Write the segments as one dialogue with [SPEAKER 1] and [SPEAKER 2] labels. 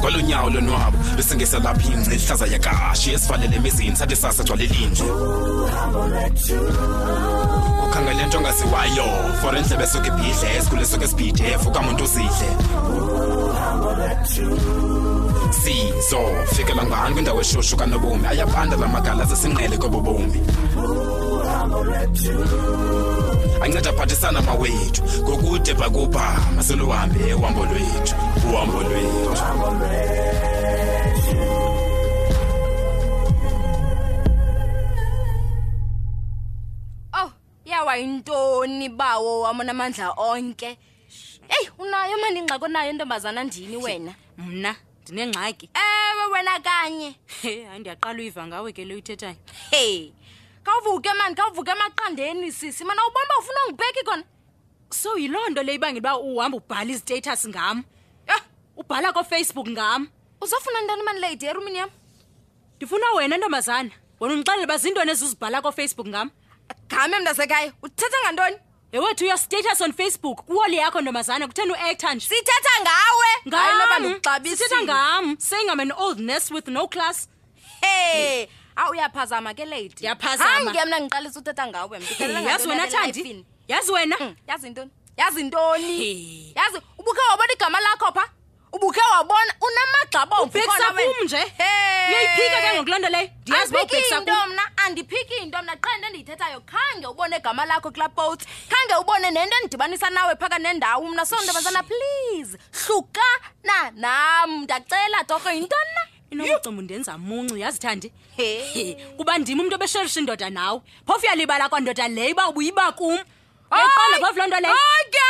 [SPEAKER 1] kwalonyawo lonwabo besingesa lapha ingce ihlaza yakashi esivalele emizini sathi sasa gcwalelinje ukhangele nto ongaziwayo for endlebe esuke ibhidle esikhule esuke esibhidef ukamuntu uzidle sizo fikela ngani kwindawo eshushu kanobomi ayabanda la magala zesinqele kobobomi anceda aphathisana mawethu ngokude bhakubha maseluhambe uhambo lwethu uhambo lwethu
[SPEAKER 2] ow Oh, yawayintoni bawo wamona amandla onke eyi unayo mani ingxaki onayo intombazana ndini wena
[SPEAKER 3] mna ndinengxaki
[SPEAKER 2] ewe wena kanye
[SPEAKER 3] He, hayi ndiyaqala uyiva ngawe ke le uyithethayo
[SPEAKER 2] hey khawuvuke mani khawuvuke emaqandeni sisi mana ubona uba ufuna ungibheki khona
[SPEAKER 3] so yiloo nto le ibangela uba uhamba ubhala izistatus ngam Ah, ubhala kofacebook ngam
[SPEAKER 2] uzofuna ntoni mani lady erumini yam
[SPEAKER 3] ndifuna wena ntombazana wena undixelela uba ziintoni ezizibhala kofacebook ngam
[SPEAKER 2] game mntasekhaya uthetha ngantoni
[SPEAKER 3] yewethu your status on facebook kuwoli yakho ntombazana kutheni uacta nje
[SPEAKER 2] sithetha ngawe Hayi noba
[SPEAKER 3] sithetha
[SPEAKER 2] ndikuxabisile
[SPEAKER 3] ngam saying i'm an old nurse with no class
[SPEAKER 2] hey aw uyaphazama ke lady
[SPEAKER 3] Ndiyaphazama.
[SPEAKER 2] Hayi, nge mna ndiqalisa uthetha ngawe mna. Ndiphelela
[SPEAKER 3] Hey,
[SPEAKER 2] ngantoni
[SPEAKER 3] yazi wena
[SPEAKER 2] apha
[SPEAKER 3] thandi
[SPEAKER 2] elifini?
[SPEAKER 3] yazi wena
[SPEAKER 2] Mm, yazi intoni yazi intoni
[SPEAKER 3] Hey.
[SPEAKER 2] yazi ubukhe wabona igama lakho pha ubukhe wabona unamagxabomvu
[SPEAKER 3] ubhekisa kum nje uyayiphika ke ngokuloo nto leyo ndiyazi uba ubhekisa
[SPEAKER 2] into
[SPEAKER 3] kum
[SPEAKER 2] mna andiphiki into mna qha into endiyithethayo khange ubone igama lakho kulaa post khange ubone nento endidibanisa nawe phaka nendawo mna so ntombazana please hlukana nam ndacela toko yintoni na
[SPEAKER 3] inomcimbi ndenza muncu yazi thandi
[SPEAKER 2] Hey.
[SPEAKER 3] He, kuba ndim umntu obesherisha indoda nawe phofu uyalibala kwandoda leyo uba ubuyiba kum
[SPEAKER 2] Hayi, Ah,
[SPEAKER 3] yayiqonda phofu loo nto leyo
[SPEAKER 2] hayi ke,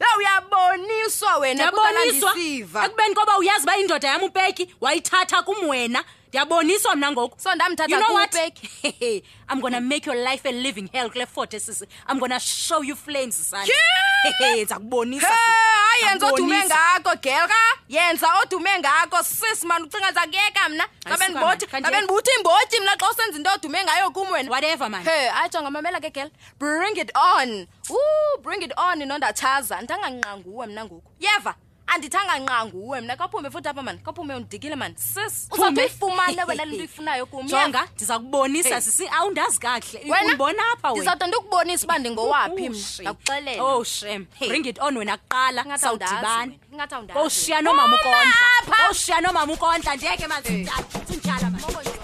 [SPEAKER 2] ya uyaboniswa wena
[SPEAKER 3] ndiyaboniswa
[SPEAKER 2] kukanandisiva
[SPEAKER 3] ekubeni koba uyazi uba indoda yam upeki wayithatha kum wena ndiyaboniswa mna ngoku
[SPEAKER 2] so ndamthatha
[SPEAKER 3] You know
[SPEAKER 2] kuwe,
[SPEAKER 3] what?
[SPEAKER 2] Peki.
[SPEAKER 3] I'm gonna make your life a living hell kule forte sisi. I'm gonna show you flames son.
[SPEAKER 2] Yeah!
[SPEAKER 3] Zakubonisa.
[SPEAKER 2] Hey, hayi yenza odume
[SPEAKER 3] ndakubonisa.
[SPEAKER 2] ngako gelka yenza odume ngako sis mani ucinga zakuyeka mna
[SPEAKER 3] Hayi, suka,
[SPEAKER 2] nabendibothi
[SPEAKER 3] man. Kanti-
[SPEAKER 2] nabendibuthi imbothi mna xa usenza into odume ngayo kum wena
[SPEAKER 3] Whatever man.
[SPEAKER 2] he ayijonga mamela ke gel bring it on u bring it on nondatshaza ndanganqa nguwe mna ngoku yeva andithanga nqa nguwe mna kaphume futhi apha mani kaphume undikile mani sis uzawuthi
[SPEAKER 3] Phume.
[SPEAKER 2] uyifumane wena le nto uyifunayo kum yeva.
[SPEAKER 3] jonga ndiza
[SPEAKER 2] Hey.
[SPEAKER 3] kubonisa sisi awundazi kakuhle
[SPEAKER 2] Wena?
[SPEAKER 3] undibona apha wena
[SPEAKER 2] ndizawude ndikubonisa uba ndingowaphi mna
[SPEAKER 3] Ushi.
[SPEAKER 2] ndakuxelela
[SPEAKER 3] oh shem bring it on wena kuqala
[SPEAKER 2] Ingathi
[SPEAKER 3] sawudibana Oh,
[SPEAKER 2] awundazi wena. Ingathi awundazi
[SPEAKER 3] oshiya
[SPEAKER 2] wena.
[SPEAKER 3] nomama
[SPEAKER 2] Phuma apha!
[SPEAKER 3] ukondla Oh, oshiya nomama ukondla ndiyeke mazinjala man
[SPEAKER 2] Mokonyoko.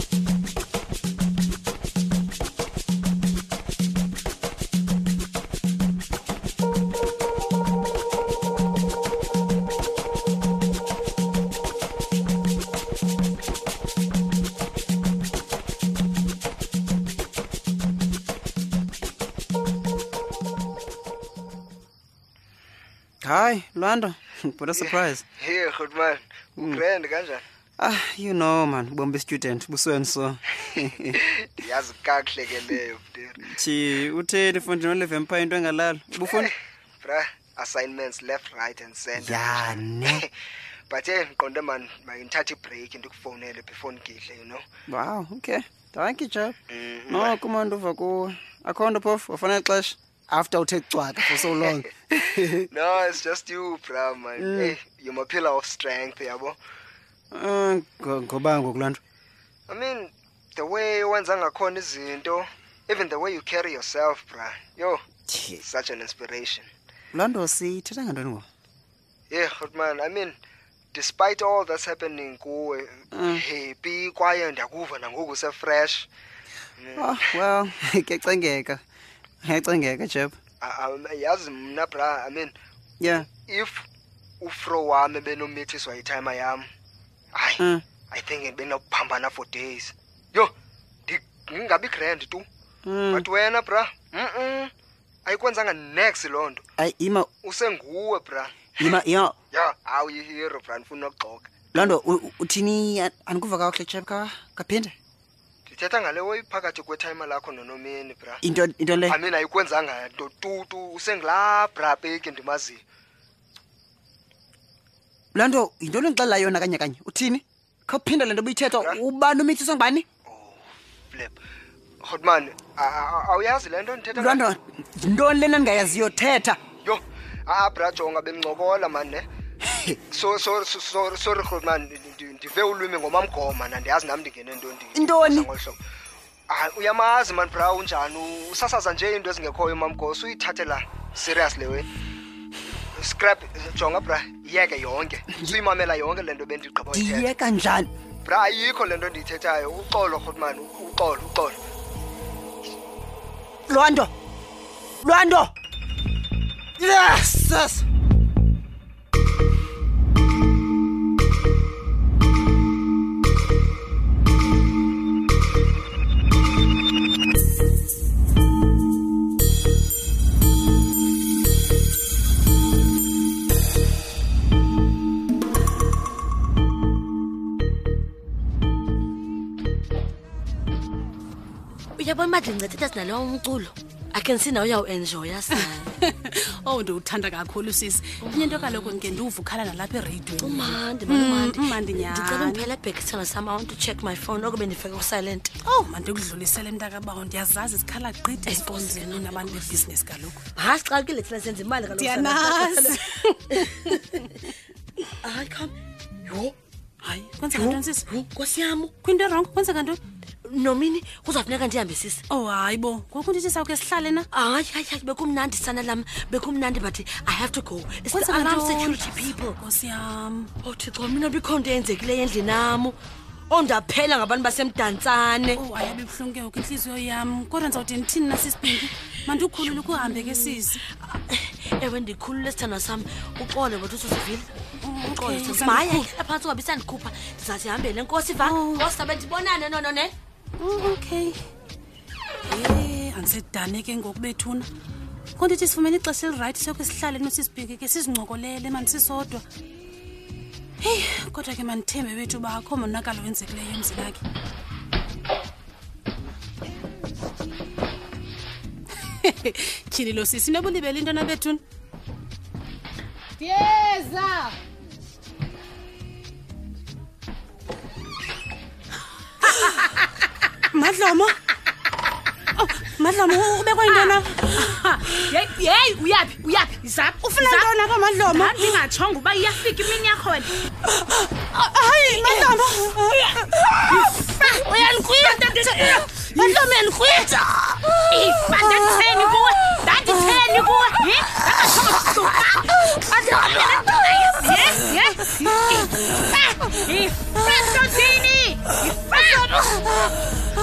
[SPEAKER 4] hayi laa nto but a surprise
[SPEAKER 5] ye rhoti mani ugrand kanjani
[SPEAKER 4] ah you know man ubomi bestudent busweni so
[SPEAKER 5] ndiyazi kakuhle ke leyo mderi
[SPEAKER 4] thi utheni fondini olivempha into engalala ubufuna
[SPEAKER 5] Eh, bra assignments left right and center
[SPEAKER 4] yane
[SPEAKER 5] but eh, ye ndiqonde mani mandithathe ibreak ndikufowunele before ndigidle you know
[SPEAKER 4] wow okay danki jab
[SPEAKER 5] Mhm.
[SPEAKER 4] noko uma ndiuva kuwe akho nto phofu wafana ixesha after uthe cwaka for so long
[SPEAKER 5] no it's just you bra man
[SPEAKER 4] Mm.
[SPEAKER 5] hey you're my pillar of strength yabo
[SPEAKER 4] Ah, ngo- ngoba ngokulaa nto
[SPEAKER 5] i mean the way owenza ngakhona izinto even the way you carry yourself bra yo
[SPEAKER 4] Thi,
[SPEAKER 5] such an inspiration
[SPEAKER 4] laa nto siyithetha ngantoni ngoku
[SPEAKER 5] Yeah, Hotman, I mean, despite all that's happening kuwe,
[SPEAKER 4] Mm.
[SPEAKER 5] happy kwaye ndiyakuva nangoku usefresh.
[SPEAKER 4] oh well kuyacengeka kuyacengeka jab
[SPEAKER 5] Ah, ah, Yazi mna bra, I mean,
[SPEAKER 4] yeah
[SPEAKER 5] if ufro wami benomithiswa yitime yam, hayi,
[SPEAKER 4] Mm.
[SPEAKER 5] I think benophambana for days. Yo, ndi- ndingabi grand tu,
[SPEAKER 4] Mm.
[SPEAKER 5] but wena bra, mhm, ayikwenzanga next loo nto.
[SPEAKER 4] ayi ima
[SPEAKER 5] Usenguwe bra.
[SPEAKER 4] ima ima
[SPEAKER 5] Yeah, awu yihero bra, ndifuna ukugxoka.
[SPEAKER 4] loo nto u- u- uthini A- andikuva kakuhle jab ka kaphinde
[SPEAKER 5] Ndithetha ngale way phakathi kwetime lakho nonomini bra.
[SPEAKER 4] into into le
[SPEAKER 5] I mean ayikwenzanga nto tutu usengilaa brabeki ndimaziyo
[SPEAKER 4] laa nto yinto londixelela yona kanye kanye uthini khawuphinda le nto ubuyithetha ubani umithiswa ngubani
[SPEAKER 5] flip hotman a- a- awuyazi le nto ndithetha
[SPEAKER 4] loo
[SPEAKER 5] ngayo?
[SPEAKER 4] nto yintoni lena ndingayaziyo thetha
[SPEAKER 5] yho abra jonga bemncokola mani ne so so so- so- sorry rhuluman ndive ulwimi ngomamgoma nandiyazi nam ndingene ntoni
[SPEAKER 4] Intoni?
[SPEAKER 5] hayi uyamazi man bra unjani u- usasaza nje into ezingekhoyo umamgosa uyithathe la serious le wena scrap jonga bra yiyeke yonke suyimamela yonke le nto bendigqiba uyithetha
[SPEAKER 4] ndiyeka njani
[SPEAKER 5] bra ayikho le nto ndiyithethayo uxolo rhuluman uxolo uxolo
[SPEAKER 4] lwaa nto lwaa nto yesas
[SPEAKER 3] uyabona uba ndinceditha sinalowa umculo akhe ndisinawo uyawuenjoya sana
[SPEAKER 6] owu ndiwuthanda Oh, kakhulu sisi inye into kaloku ndike ndiwuva ukhala nalapha
[SPEAKER 3] Oh,
[SPEAKER 6] ereyidweni
[SPEAKER 3] umandi
[SPEAKER 6] Mm, umandi nyhani.
[SPEAKER 3] ndicela ndiphela ebhek isithando sam i want to check my phone oko bendifeke kusilent
[SPEAKER 6] owu mandikudlulisele mntakabawo ndiyazazi zikhala qitha esikonzini nabantu bebhizinesi kaloku
[SPEAKER 3] hayi sixakile thina senza imali kaloku sana.
[SPEAKER 6] Ndiyanazi.
[SPEAKER 3] hayi kham yho
[SPEAKER 6] hayi kwenzeka ntoni sisi
[SPEAKER 3] yho nkosi yam
[SPEAKER 6] kwinto erongo kwenzeka ntoni
[SPEAKER 3] nomini kuzawufuneka ndihambisise
[SPEAKER 6] ow hayi bo ngoku ndithi sawukhe sihlale na
[SPEAKER 3] hayi hayi hayi bekumnandi sana lam bekumnandi but i have to go It's the
[SPEAKER 6] Kwenzeka
[SPEAKER 3] alarm
[SPEAKER 6] ntoni?
[SPEAKER 3] security people
[SPEAKER 6] nkosi yam
[SPEAKER 3] othixo mina bikho nto eyenzekileyo endlini am ondaphela Oh, ngabantu basemdantsane
[SPEAKER 6] owu Oh, hayi abebuhlungu ke ngoku intliziyo yam kodwa ndizawude ndithini na sisibinki mandiwukhulule ukuhambe ke sisi
[SPEAKER 3] ewe ndikhulule sithandwa sam uxole wethu ususivile uxole
[SPEAKER 6] Okay,
[SPEAKER 3] hayi ephantsi ungabi sandikhupha ndizazihambele nkosi va ngosabe ndibonane nono ne
[SPEAKER 6] Oh, okay e andisedane ke ngoku bethuna kho ndithi sifumene ixesha elirayithi siyokhe sihlale nosisibhinki ke sizincokolele mani sisodwa heyi kodwa ke mandithembe wethu uba akho monakalo wenzekileyo emzini akhe tyhini lo sisi nobulibele into nabethuna madlomo Oh, madlomo ubekwa yintona
[SPEAKER 2] yeyi yeyi uyaphi uyaphi zap
[SPEAKER 6] ufuna ntona apha madlomo
[SPEAKER 2] ndingatshonga uba iyafika imini yakho wena
[SPEAKER 6] hayi madlomo
[SPEAKER 2] uyandikrwitadadom yandikrwita ifa ndanditheni kuwe ndanditheni kuwe Hi? Ndakathola ukusuka. Ndakathola ukusuka. Ye, ye, ye. Ifa, ifa, ntoni? Ifa.